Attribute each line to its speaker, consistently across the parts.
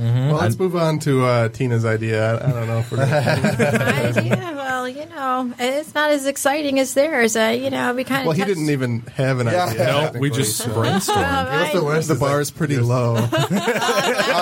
Speaker 1: let's move on to uh, Tina's idea. I, I don't know if we're gonna-
Speaker 2: yeah, well, you know, it's not as exciting as theirs. Uh, you know, we kind of
Speaker 1: Well, he didn't even have an
Speaker 3: Yeah.
Speaker 1: idea.
Speaker 3: No,
Speaker 4: No, we
Speaker 1: technically,
Speaker 4: just
Speaker 1: so-
Speaker 4: brainstormed.
Speaker 1: What's the worst? The bar is pretty low. oh,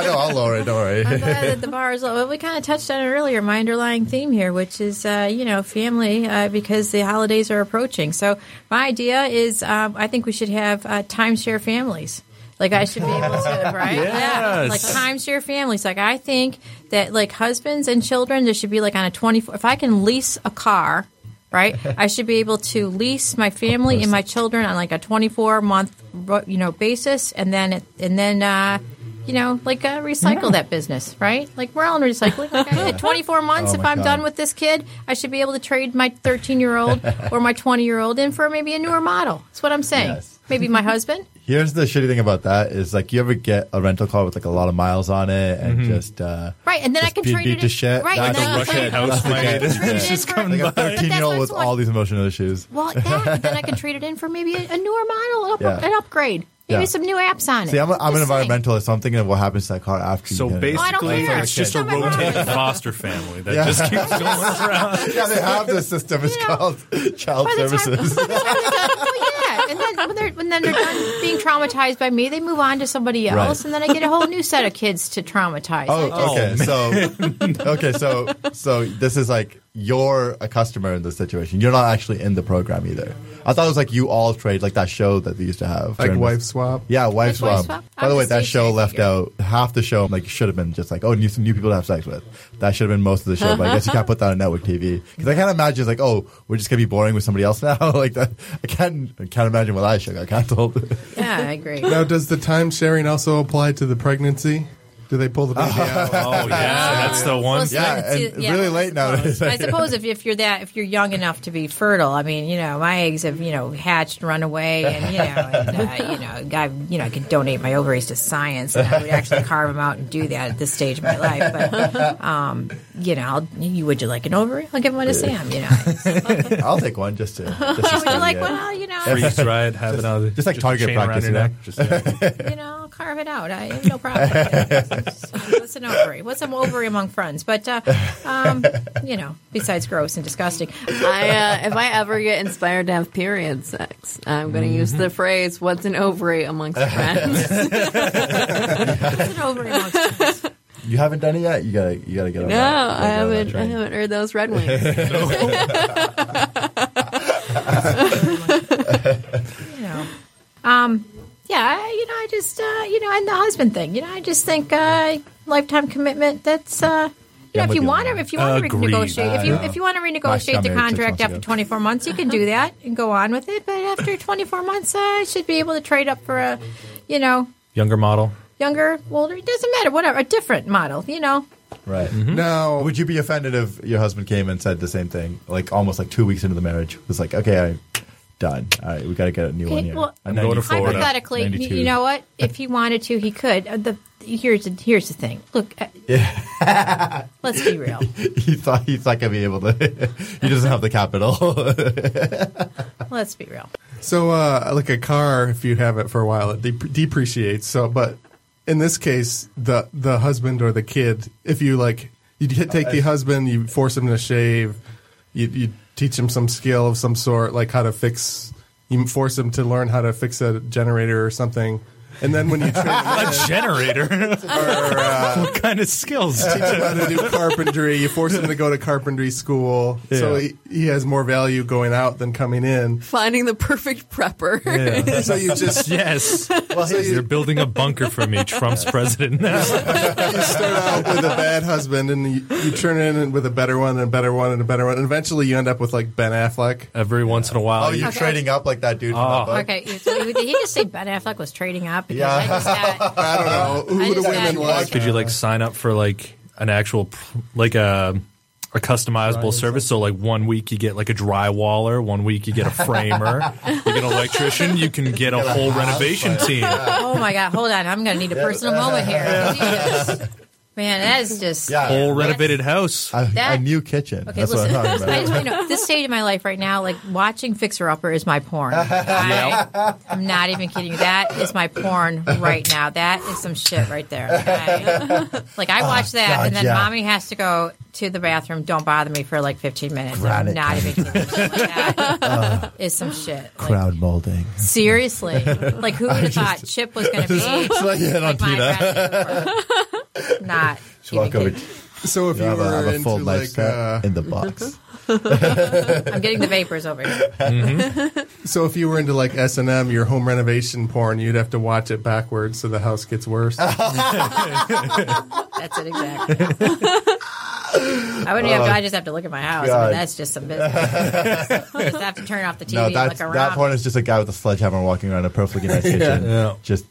Speaker 1: no, I'll lower it. Don't
Speaker 2: I'm
Speaker 1: worry.
Speaker 2: glad that the bar is low. Well, we kind of touched on it earlier, my underlying theme here, which is, uh, you know, family, uh, because the holidays are approaching. So my idea is um, I think we should have uh, timeshare families. Like I should be able to, right? Yeah.
Speaker 4: Yes.
Speaker 2: Like timeshare families. Like I think that like husbands and children, there should be like on a 24, if I can lease a car, right? I should be able to lease my family and my children on like a 24 month, you know, basis. And then, it, and then, uh, you know, like uh, recycle that business, right? Like we're all in recycling. Like, I- at 24 months, if
Speaker 3: Oh my
Speaker 2: I'm
Speaker 3: God.
Speaker 2: done with this kid, I should be able to trade my 13 year old or my 20 year old in for maybe a newer model. That's what I'm saying.
Speaker 3: Yes.
Speaker 2: Maybe my husband.
Speaker 3: Here's the shitty thing about that is like you ever get a rental car with like a lot of miles on it and
Speaker 1: Mm-hmm.
Speaker 3: just uh
Speaker 2: Right, and then
Speaker 3: Just
Speaker 2: I can
Speaker 3: be
Speaker 2: trade
Speaker 3: beat
Speaker 2: it
Speaker 3: to
Speaker 2: in.
Speaker 3: shit.
Speaker 2: Right,
Speaker 3: Not
Speaker 2: and
Speaker 3: the
Speaker 2: then I
Speaker 4: Russian
Speaker 2: can-
Speaker 4: house
Speaker 2: I can
Speaker 4: fight.
Speaker 2: trade it in for-
Speaker 3: like a
Speaker 2: But that's
Speaker 3: 13
Speaker 2: what
Speaker 3: year old
Speaker 2: it's
Speaker 3: with
Speaker 2: like.
Speaker 3: all these emotional issues.
Speaker 2: Well, that, and then I can trade it in for maybe a, a newer model, up,
Speaker 3: Yeah.
Speaker 2: an upgrade, maybe
Speaker 3: Yeah.
Speaker 2: some new apps on it.
Speaker 3: See, I'm, a, I'm an
Speaker 2: Just saying.
Speaker 3: environmentalist, so I'm thinking of what happens to that car after.
Speaker 4: So
Speaker 3: you get it.
Speaker 2: I don't
Speaker 4: basically,
Speaker 2: care.
Speaker 4: it's just a
Speaker 2: It's not my
Speaker 4: rotating
Speaker 2: problem.
Speaker 4: foster family that
Speaker 3: Yeah.
Speaker 4: just keeps going around.
Speaker 3: yeah, they have this system. It's
Speaker 2: You know,
Speaker 3: called child
Speaker 2: by the time-
Speaker 3: services.
Speaker 2: Well, yeah, and then when they're when then they're done being traumatized by me, they move on to somebody
Speaker 3: Right.
Speaker 2: else, and then I get a whole new set of kids to traumatize. I just-
Speaker 3: Oh, okay.
Speaker 4: Oh,
Speaker 3: so, okay, so, so this is like you're a customer in this situation. You're not actually in the program either. I thought it was like you all trade, like that show that they used to have,
Speaker 1: Like
Speaker 3: during-
Speaker 1: wife swap.
Speaker 3: Yeah, wife
Speaker 2: Like wife
Speaker 3: swap.
Speaker 2: swap?
Speaker 3: By the
Speaker 2: I'm
Speaker 3: way,
Speaker 2: just
Speaker 3: that
Speaker 2: saying
Speaker 3: show
Speaker 2: I
Speaker 3: left
Speaker 2: figure.
Speaker 3: out half the show. Like should have been just like, oh, new some new people to have sex with. That should have been most of the show. But I guess you can't put that on network TV because I can't imagine it's like, oh, we're just gonna be boring with somebody else now. like that, I can't I can't imagine what I show got canceled.
Speaker 2: yeah, I agree.
Speaker 1: Now, does the time sharing also apply to the pregnancy? Do they pull the baby out?
Speaker 4: Oh, yeah, that's the one.
Speaker 2: Well,
Speaker 3: Yeah,
Speaker 2: it's-
Speaker 3: and really late
Speaker 2: I
Speaker 3: nowadays.
Speaker 2: suppose. I suppose if, if you're that if you're young enough to be fertile, I mean, you know, my eggs have you know hatched, run away, and you know, and, uh, you know, I you know, I could donate my ovaries to science, and I would actually carve them out and do that at this stage of my life. But um, you know, I'll, you would you like an ovary? I'll give one to Sam. You know, would
Speaker 3: I'll take one just to. Just to
Speaker 2: you
Speaker 3: see
Speaker 2: like
Speaker 3: it.
Speaker 2: well, you know,
Speaker 4: Freeze dried, have it on the-
Speaker 3: just like
Speaker 4: a
Speaker 3: target
Speaker 4: chain around
Speaker 3: practice,
Speaker 4: your
Speaker 3: you know?
Speaker 4: neck. Just, yeah.
Speaker 2: you know, I'll carve it out. I have no problem. What's an ovary? What's an ovary among friends? But uh, um, you know, besides gross and disgusting,
Speaker 5: I, uh, if I ever get inspired to have period sex, I'm going to use the phrase "What's an ovary amongst friends?"
Speaker 2: what's an ovary among friends?
Speaker 3: You haven't done it yet. You gotta, you gotta get on.
Speaker 5: no,
Speaker 3: that- you gotta get on
Speaker 5: I
Speaker 3: that
Speaker 5: haven't. I
Speaker 3: train.
Speaker 5: haven't heard those red wings.
Speaker 2: you know. Um, yeah, I- you know, I just, uh, you know, and the husband thing, you know, I just think uh, lifetime commitment. That's, uh, you
Speaker 3: Yeah,
Speaker 2: know,
Speaker 3: I'm
Speaker 2: if you
Speaker 3: with you
Speaker 2: want
Speaker 3: on
Speaker 2: to,
Speaker 3: that.
Speaker 2: if you want to
Speaker 4: Agreed.
Speaker 2: renegotiate, if you
Speaker 3: Uh,
Speaker 2: if you want to
Speaker 3: got
Speaker 2: renegotiate the
Speaker 3: married six
Speaker 2: contract
Speaker 3: months
Speaker 2: after
Speaker 3: ago.
Speaker 2: 24 months, you can do that and go on with it. But after 24 months, uh, I should be able to trade up for a, you know,
Speaker 4: Younger model.
Speaker 2: younger, older. It doesn't matter, whatever, a different model. You know,
Speaker 3: Right.
Speaker 2: Mm-hmm.
Speaker 1: Now,
Speaker 3: Would you be offended if your husband came and said the same thing, like almost like two weeks into the marriage? It was like, okay, I'm done. All right, we got to get a new one
Speaker 2: Okay,
Speaker 3: here.
Speaker 2: well,
Speaker 3: A
Speaker 4: I'm going to
Speaker 3: 94.
Speaker 4: Florida.
Speaker 2: Hypothetically, y-
Speaker 3: 92.
Speaker 2: you know what? If he wanted to, he could. Uh, The here's the, here's the thing. Look, uh, let's be real.
Speaker 3: he thought he's not gonna be able to. he doesn't have the capital.
Speaker 2: Let's be real.
Speaker 1: so uh, like a car, if you have it for a while, it dep depreciates. So, but in this case, the the husband or the kid, if you like, you t- take the husband, you force him to shave, you, you teach him some skill of some sort, like how to fix. You force him to learn how to fix a generator or something, and then when you train him
Speaker 4: A generator. what kind of skills?
Speaker 1: teach him how to do carpentry. You force him to go to carpentry school, so
Speaker 3: Yeah.
Speaker 1: he, he has more value going out than coming in.
Speaker 5: Finding the perfect prepper.
Speaker 1: So you just
Speaker 4: yes.
Speaker 3: well, he's
Speaker 4: You're building a bunker for me, Trump's president now.
Speaker 1: you start out with a bad husband, and you, you turn in with a better one, and a better one, and a better one, and eventually you end up with like Ben Affleck.
Speaker 4: Every once in a while.
Speaker 3: oh,
Speaker 2: Okay.
Speaker 3: you're
Speaker 2: Ah.
Speaker 3: trading up like that dude. From that
Speaker 4: Oh.
Speaker 3: book?
Speaker 2: Okay, so did he just say Ben Affleck was trading up? Because I just got,
Speaker 1: I don't know
Speaker 2: I
Speaker 1: Oh, who do
Speaker 2: just
Speaker 1: women
Speaker 2: got-
Speaker 1: like.
Speaker 4: Could you like sign up for like an actual pr- like a a customizable service? So like one week you get like a drywaller, one week you get a framer, you get an electrician, you can get a whole renovation team.
Speaker 2: oh my god, hold on, I'm going to need a personal moment here. Jesus. Man, that is just
Speaker 3: Yeah.
Speaker 4: Whole
Speaker 2: That's-
Speaker 4: renovated house.
Speaker 3: A, a
Speaker 2: That-
Speaker 3: new kitchen.
Speaker 2: Okay,
Speaker 3: That's
Speaker 2: listen.
Speaker 3: what I'm talking
Speaker 2: I
Speaker 3: about.
Speaker 2: just, you know, this stage of my life right now, like watching Fixer Upper is my porn. I, I'm not even kidding. you. That is my porn right now. That is some shit right there. okay? like I watch that,
Speaker 3: Oh, God,
Speaker 2: and then
Speaker 3: yeah.
Speaker 2: mommy has to go to the bathroom. Don't bother me for like 15 minutes.
Speaker 3: Granite
Speaker 2: I'm not even kidding. you. Like,
Speaker 3: Uh.
Speaker 2: that is some shit. Like,
Speaker 3: Crowd molding.
Speaker 2: seriously, like who would have thought Chip was going to be
Speaker 3: Just like hit on
Speaker 2: like, my
Speaker 3: Tina.
Speaker 2: best friend? Not.
Speaker 3: She'll walk
Speaker 2: even
Speaker 3: over.
Speaker 2: kidding.
Speaker 1: So if
Speaker 3: I
Speaker 1: you
Speaker 3: have a,
Speaker 1: were
Speaker 3: have a
Speaker 1: into
Speaker 3: full knife
Speaker 1: like,
Speaker 3: set
Speaker 1: uh,
Speaker 3: in the box.
Speaker 2: I'm getting the vapors over here.
Speaker 1: uh, so if you were into like S and M, your home renovation porn, you'd have to watch it backwards so the house gets worse.
Speaker 2: That's it exactly. I wouldn't have. To, I just have to look at my house. I
Speaker 3: Uh, God.
Speaker 2: mean, that's just some business. just have to turn off the TV
Speaker 3: No,
Speaker 2: and
Speaker 3: that's,
Speaker 2: look around.
Speaker 3: that porn is just a guy with a sledgehammer walking around a perfectly nice kitchen,
Speaker 4: Yeah.
Speaker 3: just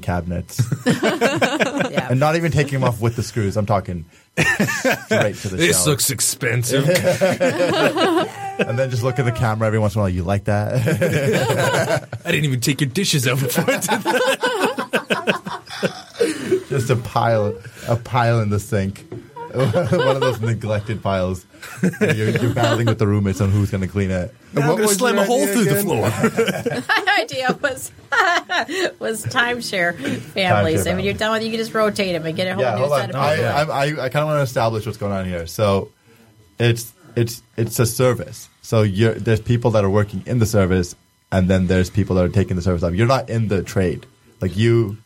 Speaker 3: cabinets
Speaker 2: yeah.
Speaker 3: and not even taking them off with the screws. I'm talking straight to the
Speaker 4: This
Speaker 3: shelf.
Speaker 4: looks expensive.
Speaker 3: and then just look at the camera every once in a while. You like that?
Speaker 4: I didn't even take your dishes out before. I did that.
Speaker 3: just a pile, a pile in the sink. One of those neglected piles. You're, you're battling with the roommates on who's going to clean it.
Speaker 1: What
Speaker 4: I'm gonna
Speaker 1: was
Speaker 4: slam
Speaker 1: your
Speaker 4: a hole
Speaker 1: idea
Speaker 4: through the
Speaker 1: again?
Speaker 4: floor.
Speaker 2: My idea was was timeshare families.
Speaker 3: Timeshare
Speaker 2: I mean, you're
Speaker 3: families.
Speaker 2: done with. You can just rotate them and get a whole
Speaker 3: yeah,
Speaker 2: new
Speaker 3: hold
Speaker 2: set
Speaker 3: on.
Speaker 2: of
Speaker 3: I,
Speaker 2: people.
Speaker 3: I, I, I kind of want to establish what's going on here. So, it's it's it's a service. So you're, there's people that are working in the service, and then there's people that are taking the service up. You're not in the trade. Like you.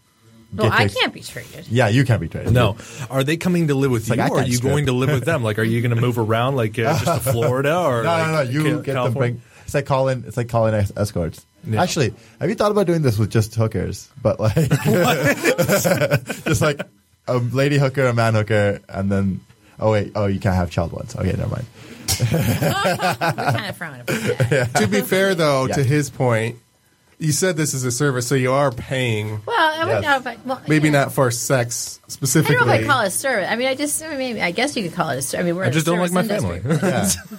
Speaker 2: well,
Speaker 3: get
Speaker 2: I
Speaker 3: your-
Speaker 2: can't be treated.
Speaker 3: Yeah, you can't be traded.
Speaker 4: No, are they coming to live with
Speaker 3: like,
Speaker 4: you?
Speaker 3: I
Speaker 4: or are
Speaker 3: can't
Speaker 4: you
Speaker 3: strip.
Speaker 4: going to live with them? Like, are you going to move around, like uh, just to Florida or
Speaker 3: No,
Speaker 4: like,
Speaker 3: no, no. You
Speaker 4: Ca-
Speaker 3: get them.
Speaker 4: California?
Speaker 3: Bring, it's like calling. It's like calling es- escorts.
Speaker 4: Yeah.
Speaker 3: Actually, have you thought about doing this with just hookers? But like, just like a lady hooker, a man hooker, and then oh wait, oh you can't have child ones. Okay, never mind.
Speaker 2: We're kind of frowning about that.
Speaker 1: to be fair, though,
Speaker 3: Yeah.
Speaker 1: to his point, you said this is a service, so you are paying.
Speaker 2: Well, I wouldn't
Speaker 3: Yes.
Speaker 2: know if I, well,
Speaker 1: Maybe
Speaker 2: yeah.
Speaker 1: not for sex
Speaker 2: I
Speaker 1: specifically.
Speaker 2: don't know if I call it service. I mean, I just I mean, I guess you could call it a service. I mean, we're
Speaker 4: I just
Speaker 2: in
Speaker 4: don't like my
Speaker 2: service
Speaker 4: family.
Speaker 2: industry.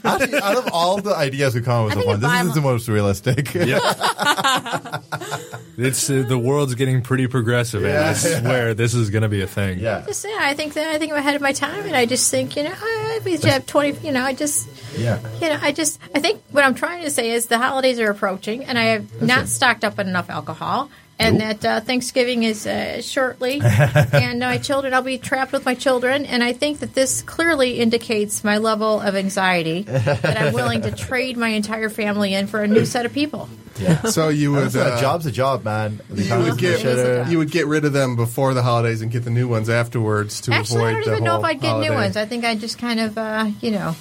Speaker 3: Yeah. Actually, out of all the ideas we come up with,
Speaker 2: I
Speaker 3: so
Speaker 2: think
Speaker 3: far,
Speaker 2: if
Speaker 3: this
Speaker 2: I'm-
Speaker 3: isn't the most realistic.
Speaker 4: yeah, it's uh, the world's getting pretty progressive, and
Speaker 3: Yeah.
Speaker 4: I swear this is going to be a thing.
Speaker 3: yeah,
Speaker 2: Just yeah, I think that I think I'm ahead of my time, and I just think you know I we have twenty. You know, I just
Speaker 3: yeah.
Speaker 2: you know, I just I think what I'm trying to say is the holidays are approaching, and I have not stocked up on enough alcohol, and
Speaker 3: Nope.
Speaker 2: that uh, Thanksgiving is uh, shortly, and my children, I'll be trapped with my children, and I think that this clearly indicates my level of anxiety that I'm willing to trade my entire family in for a new set of people.
Speaker 1: so you would
Speaker 3: Listen, a
Speaker 1: uh,
Speaker 3: job's a job, man. The
Speaker 1: you
Speaker 3: economy's
Speaker 1: would get
Speaker 3: bullshitter.
Speaker 1: you would get rid of them before the holidays and get the new ones afterwards to
Speaker 2: Actually, I
Speaker 1: avoid
Speaker 2: don't
Speaker 1: the
Speaker 2: even know
Speaker 1: whole
Speaker 2: if I'd get
Speaker 1: holiday.
Speaker 2: new ones. I think I just kind of uh, you know.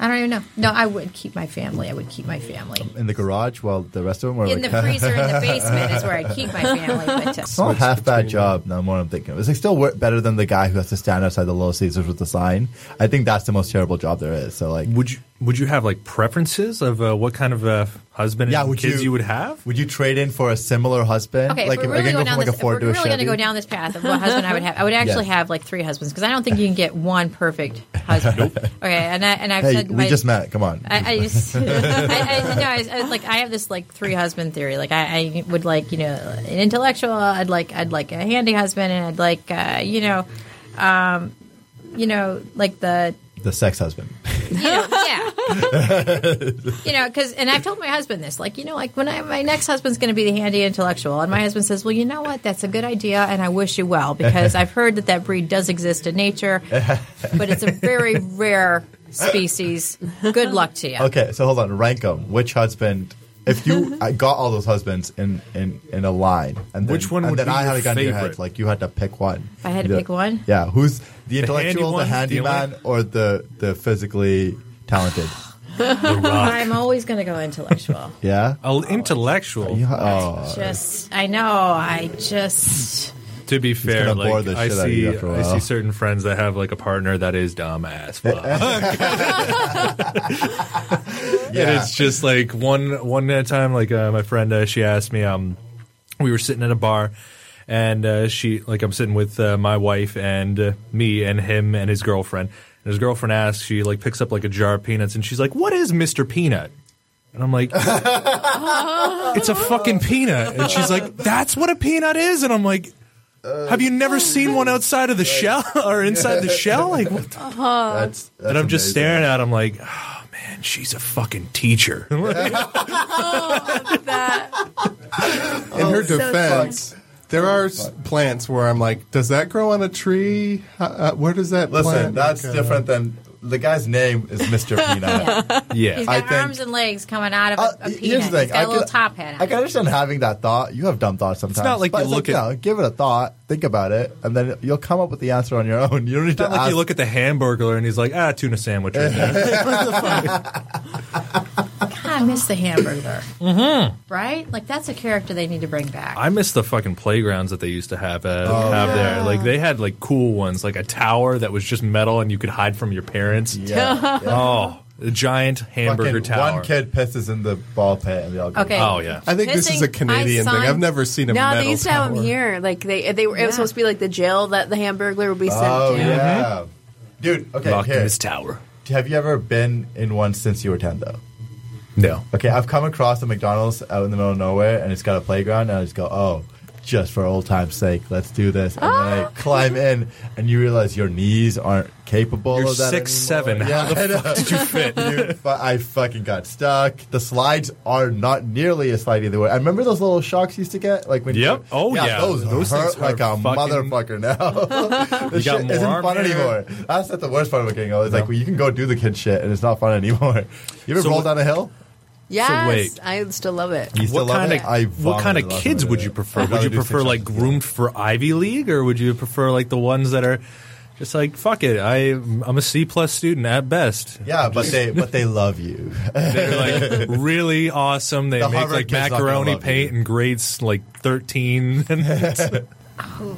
Speaker 2: I don't even know. No, I would keep my family. I would keep my family.
Speaker 3: in the garage while the rest of them were
Speaker 2: In the
Speaker 3: like,
Speaker 2: freezer in the basement is where I'd keep my family. But, uh,
Speaker 3: It's not a half bad job. No more. I'm thinking. It's like still wor- better than the guy who has to stand outside the Little Caesars with the sign. I think that's the most terrible job there is. So like,
Speaker 4: Would you Would you have like preferences of uh, what kind of uh, husband
Speaker 3: Yeah,
Speaker 4: and
Speaker 3: would
Speaker 4: kids
Speaker 3: you-
Speaker 4: you, would have?
Speaker 3: would you trade in for a similar husband?
Speaker 2: Okay,
Speaker 3: like
Speaker 2: if we're really,
Speaker 3: I
Speaker 2: going
Speaker 3: can go
Speaker 2: down
Speaker 3: from like
Speaker 2: this,
Speaker 3: a
Speaker 2: if we're
Speaker 3: Ford to a
Speaker 2: really going to go
Speaker 3: Chevy.
Speaker 2: down this path of what husband I would have, I would actually
Speaker 3: Yes.
Speaker 2: have like three husbands because I don't think you can get one perfect husband. Okay, and I and I've
Speaker 3: hey,
Speaker 2: said
Speaker 3: we
Speaker 2: my,
Speaker 3: just met. Come on.
Speaker 2: I, I just, I, I, no, I, I, like I have this like three husband theory. Like I, I would like you know an intellectual. I'd like I'd like a handy husband, and I'd like uh, you know, um, you know like the
Speaker 3: the sex husband.
Speaker 2: you know, yeah. you know, because and I've told my husband this, like you know, like when I my next husband's going to be the handy intellectual, and my husband says, well, you know what, that's a good idea, and I wish you well because I've heard that that breed does exist in nature, but it's a very rare species. Good luck to you.
Speaker 3: Okay, so hold on. Rank them. Which husband? If you I got all those husbands in in in a line, and then,
Speaker 4: Which one
Speaker 3: and
Speaker 4: would
Speaker 3: then
Speaker 4: be
Speaker 3: I
Speaker 4: your
Speaker 3: had a gun in your head,
Speaker 4: favorite?
Speaker 3: like you had to pick one. If
Speaker 2: I had to pick one?
Speaker 3: yeah. Who's the
Speaker 4: handy
Speaker 3: intellectual, the
Speaker 4: one, the
Speaker 3: handyman, or the the physically talented?
Speaker 2: I'm always going to go intellectual.
Speaker 3: Yeah.
Speaker 4: Oh, intellectual.
Speaker 3: Yeah, oh.
Speaker 2: Just I know I just.
Speaker 4: To be fair,
Speaker 3: gonna bore
Speaker 4: like
Speaker 3: the
Speaker 4: I
Speaker 3: shit out of you
Speaker 4: see,
Speaker 3: after a
Speaker 4: I
Speaker 3: while. Eh,
Speaker 4: see certain friends that have like a partner that is dumb as fuck. And
Speaker 3: Yeah.
Speaker 4: it's just like one one at a time. Like uh, my friend, uh, she asked me. Um, we were sitting at a bar, and uh, she like I'm sitting with uh, my wife and uh, me and him and his girlfriend. And his girlfriend asks, she like picks up like a jar of peanuts, and she's like, "What is Mister Peanut?" And I'm like, "It's a fucking peanut." And she's like, "That's what a peanut is." And I'm like. Have you never seen one outside of the shell or inside the shell? Like, what the-
Speaker 3: Oh, That's, that's
Speaker 4: and I'm just
Speaker 3: amazing.
Speaker 4: staring at him like, oh man, she's a fucking teacher.
Speaker 5: that.
Speaker 1: In her
Speaker 5: Oh, so
Speaker 1: defense, there are s- plants where I'm like, does that grow on a tree? Uh, uh, where does that
Speaker 3: Listen,
Speaker 1: plant
Speaker 3: that's
Speaker 1: go?
Speaker 3: different than the guy's name is Mr. Peanut.
Speaker 4: yeah.
Speaker 2: He's got
Speaker 3: I think-
Speaker 2: arms and legs coming out of a,
Speaker 3: Uh,
Speaker 2: a peanut.
Speaker 3: here's the thing.
Speaker 2: He's got a
Speaker 3: I
Speaker 2: little
Speaker 3: could-
Speaker 2: top hat on.
Speaker 3: I can understand having that thought. You have dumb thoughts sometimes.
Speaker 4: not like
Speaker 3: but
Speaker 4: you
Speaker 3: it's
Speaker 4: look at-
Speaker 3: no, give it a thought, think about it, and then you'll come up with the answer on your own. You don't need
Speaker 4: Not
Speaker 3: to
Speaker 4: like
Speaker 3: ask.
Speaker 4: you look at the hamburger and he's like, ah, tuna sandwich. Right there.
Speaker 2: God, I miss the hamburger.
Speaker 3: Mm-hmm.
Speaker 2: Right? Like that's a character they need to bring back.
Speaker 4: I miss the fucking playgrounds that they used to have uh, have there. Like they had like cool ones, like a tower that was just metal and you could hide from your parents.
Speaker 3: yeah, yeah.
Speaker 4: Oh, the giant hamburger
Speaker 3: Fucking
Speaker 4: tower.
Speaker 3: One kid pisses in the ball pit, and they all go.
Speaker 2: okay.
Speaker 4: Oh yeah.
Speaker 1: I think this is
Speaker 2: Missing my
Speaker 1: a Canadian thing.
Speaker 2: son-
Speaker 1: I've never seen a
Speaker 5: No,
Speaker 1: metal
Speaker 5: they used to have
Speaker 1: tower.
Speaker 5: them here. Like they, they were. It
Speaker 2: Yeah.
Speaker 5: was supposed to be like the jail that the Hamburglar would be sent
Speaker 3: Oh
Speaker 5: to.
Speaker 3: yeah, dude. Okay,
Speaker 4: Mm-hmm. Locked in
Speaker 3: here.
Speaker 4: his tower.
Speaker 3: have you ever been in one since you were ten though?
Speaker 4: No.
Speaker 3: Okay, I've come across a McDonald's out in the middle of nowhere, and it's got a playground, and I just go, oh, just for old times' sake, let's do this. And then I climb in, and you realize your knees aren't capable
Speaker 4: You're
Speaker 3: of that
Speaker 4: six
Speaker 3: anymore.
Speaker 4: seven.
Speaker 3: Yeah,
Speaker 4: How
Speaker 3: I
Speaker 4: the
Speaker 3: know.
Speaker 4: fuck did you fit?
Speaker 3: Dude, but I fucking got stuck. The slides are not nearly as slidey they were. I remember those little shocks you used to get, like when.
Speaker 4: Yep.
Speaker 3: You,
Speaker 4: Oh, yeah.
Speaker 3: Those,
Speaker 4: Those
Speaker 3: hurt
Speaker 4: things hurt
Speaker 3: like a
Speaker 4: fucking-
Speaker 3: motherfucker now. this
Speaker 4: You got
Speaker 3: shit
Speaker 4: more
Speaker 3: isn't
Speaker 4: arm
Speaker 3: fun
Speaker 4: hair.
Speaker 3: anymore. That's not the worst part of getting old. It's like well, you can go do the kid shit, and it's not fun anymore. You ever
Speaker 4: So
Speaker 3: roll
Speaker 4: what-
Speaker 3: down a hill?
Speaker 5: Yes,
Speaker 4: wait.
Speaker 5: I still love it.
Speaker 3: You
Speaker 4: What
Speaker 3: still love
Speaker 4: kind
Speaker 3: it?
Speaker 4: of
Speaker 3: I
Speaker 4: what kind of
Speaker 3: vomited last
Speaker 4: kids
Speaker 3: night.
Speaker 4: would you prefer? Would
Speaker 3: I'd
Speaker 4: you
Speaker 3: rather do six
Speaker 4: prefer like
Speaker 3: shots.
Speaker 4: groomed for Ivy League, or would you prefer like the ones that are just like fuck it? I I'm a C plus student at best.
Speaker 3: Yeah, but they but they love you.
Speaker 4: They're like really awesome. They
Speaker 3: The
Speaker 4: make
Speaker 3: Harvard
Speaker 4: like
Speaker 3: kid's not gonna
Speaker 4: macaroni
Speaker 3: love
Speaker 4: paint
Speaker 3: you.
Speaker 4: in grades like 13.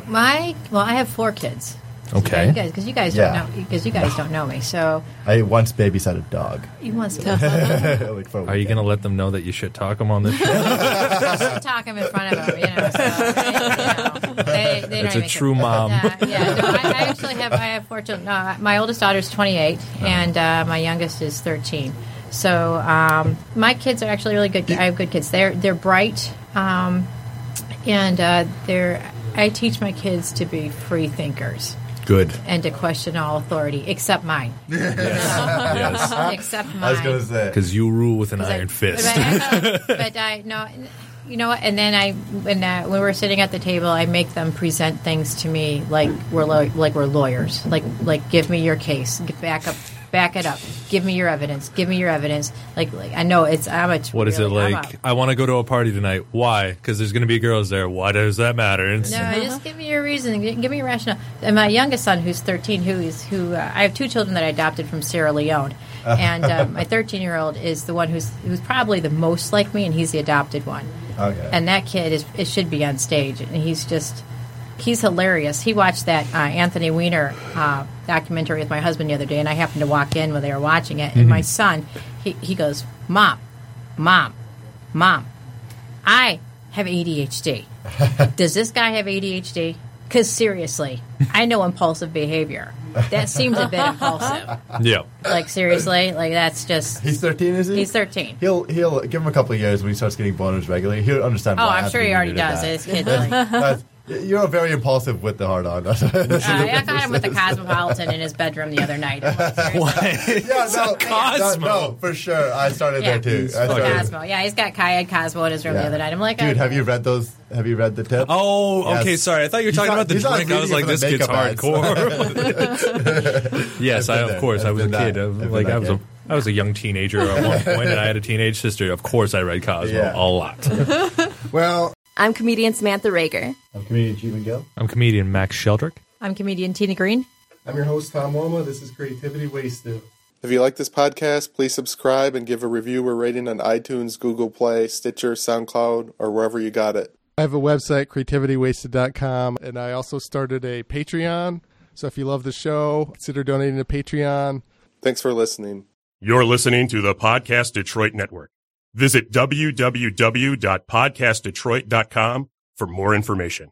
Speaker 2: My well, I have four kids.
Speaker 4: Okay.
Speaker 2: You guys, because you guys
Speaker 3: Yeah.
Speaker 2: don't know, because you guys don't know me. So
Speaker 3: I once babysat a dog.
Speaker 2: you want to
Speaker 3: like for a
Speaker 4: Are you
Speaker 3: weekend.
Speaker 4: going to let them know that you should talk them on this show?
Speaker 2: talk him in front of them, you know. So they, you know, they, they don't
Speaker 4: It's a
Speaker 2: even
Speaker 4: true
Speaker 2: care.
Speaker 4: mom.
Speaker 2: Yeah, yeah. No, I, I actually have I have four children. No, my oldest daughter's 28, and uh, my youngest is 13. So um, my kids are actually really good. I have good kids. They're they're bright, um, and uh, they're. I teach my kids to be free thinkers
Speaker 4: Good.
Speaker 2: and to question all authority except mine.
Speaker 4: Yes.
Speaker 2: except mine.
Speaker 3: I was gonna say.
Speaker 4: Because you rule with an
Speaker 2: But I-
Speaker 4: iron fist.
Speaker 2: But I, but I no, you know what? And then I, when uh, when we're sitting at the table, I make them present things to me like we're law- like we're lawyers. Like like give me your case, Get back up, back it up, give me your evidence, give me your evidence. Like, like I know it's I'm a
Speaker 4: What is
Speaker 2: really-
Speaker 4: it
Speaker 2: I'm
Speaker 4: like?
Speaker 2: a-
Speaker 4: I want to go to a party tonight. Why? Because there's going to be girls there. Why does that matter? It's-
Speaker 2: No, just give me your reason. Gi- Give me your rationale. And my youngest son, who's 13, who is who uh, I have two children that I adopted from Sierra Leone, and um, my 13 year old is the one who's who's probably the most like me, and he's the adopted one.
Speaker 3: Okay.
Speaker 2: And that kid is it should be on stage, and he's just he's hilarious. He watched that uh, Anthony Weiner uh, documentary with my husband the other day, and I happened to walk in when they were watching it, and
Speaker 3: Mm-hmm.
Speaker 2: my son he he goes, "Mom, mom, mom, I have ADHD." does this guy have ADHD? Because seriously, I know impulsive behavior. That seems a bit impulsive.
Speaker 4: Yeah.
Speaker 2: Like seriously, like that's just.
Speaker 3: He's thirteen, is he?
Speaker 2: He's 13.
Speaker 3: He'll he'll give him a couple of years when he starts getting boners regularly. He'll understand.
Speaker 2: Oh,
Speaker 3: why
Speaker 2: I'm sure
Speaker 3: Anthony
Speaker 2: he already
Speaker 3: did
Speaker 2: does.
Speaker 3: that.
Speaker 2: His kid's like, uh,
Speaker 3: That's- You're very impulsive with the hard on.
Speaker 2: I caught him with the Cosmopolitan in his bedroom the other night. I'm like, seriously?
Speaker 3: yeah, no,
Speaker 4: Cosmo.
Speaker 3: No, no, for sure. I started
Speaker 2: Yeah,
Speaker 3: there too.
Speaker 2: he's
Speaker 3: I
Speaker 2: full
Speaker 3: started-
Speaker 2: Cosmo. Yeah, he's got Kayed Cosmo in his room
Speaker 3: yeah.
Speaker 2: the other night. I'm like,
Speaker 3: dude,
Speaker 2: uh,
Speaker 3: have you read those? Have you read the tip?
Speaker 4: Oh, okay.
Speaker 3: Yes.
Speaker 4: Sorry, I thought you were
Speaker 3: He's
Speaker 4: talking
Speaker 3: not-
Speaker 4: about the
Speaker 3: he's not
Speaker 4: drink. I was
Speaker 3: reading for
Speaker 4: like,
Speaker 3: the
Speaker 4: this kid's
Speaker 3: makeup ads.
Speaker 4: hardcore. yes,
Speaker 3: I've
Speaker 4: I
Speaker 3: been
Speaker 4: of
Speaker 3: there.
Speaker 4: course I
Speaker 3: I've
Speaker 4: was a
Speaker 3: been
Speaker 4: kid.
Speaker 3: that- I've been
Speaker 4: like I
Speaker 3: that
Speaker 4: was
Speaker 3: kid.
Speaker 4: a I was a young teenager at one point, and I had a teenage sister. Of course, I read Cosmo
Speaker 3: Yeah.
Speaker 4: a lot.
Speaker 1: Well,
Speaker 5: I'm comedian Samantha Rager.
Speaker 3: I'm comedian G. McGill.
Speaker 4: I'm comedian Max Sheldrick.
Speaker 2: I'm comedian Tina Green.
Speaker 1: I'm your host, Tom Woma. This is Creativity Wasted. If you like this podcast, please subscribe and give a review or rating on iTunes, Google Play, Stitcher, SoundCloud, or wherever you got it. I have a website, creativitywasted.com, and I also started a Patreon. So if you love the show, consider donating to Patreon. Thanks for listening.
Speaker 6: You're listening to the Podcast Detroit Network. Visit www.podcastdetroit.com for more information.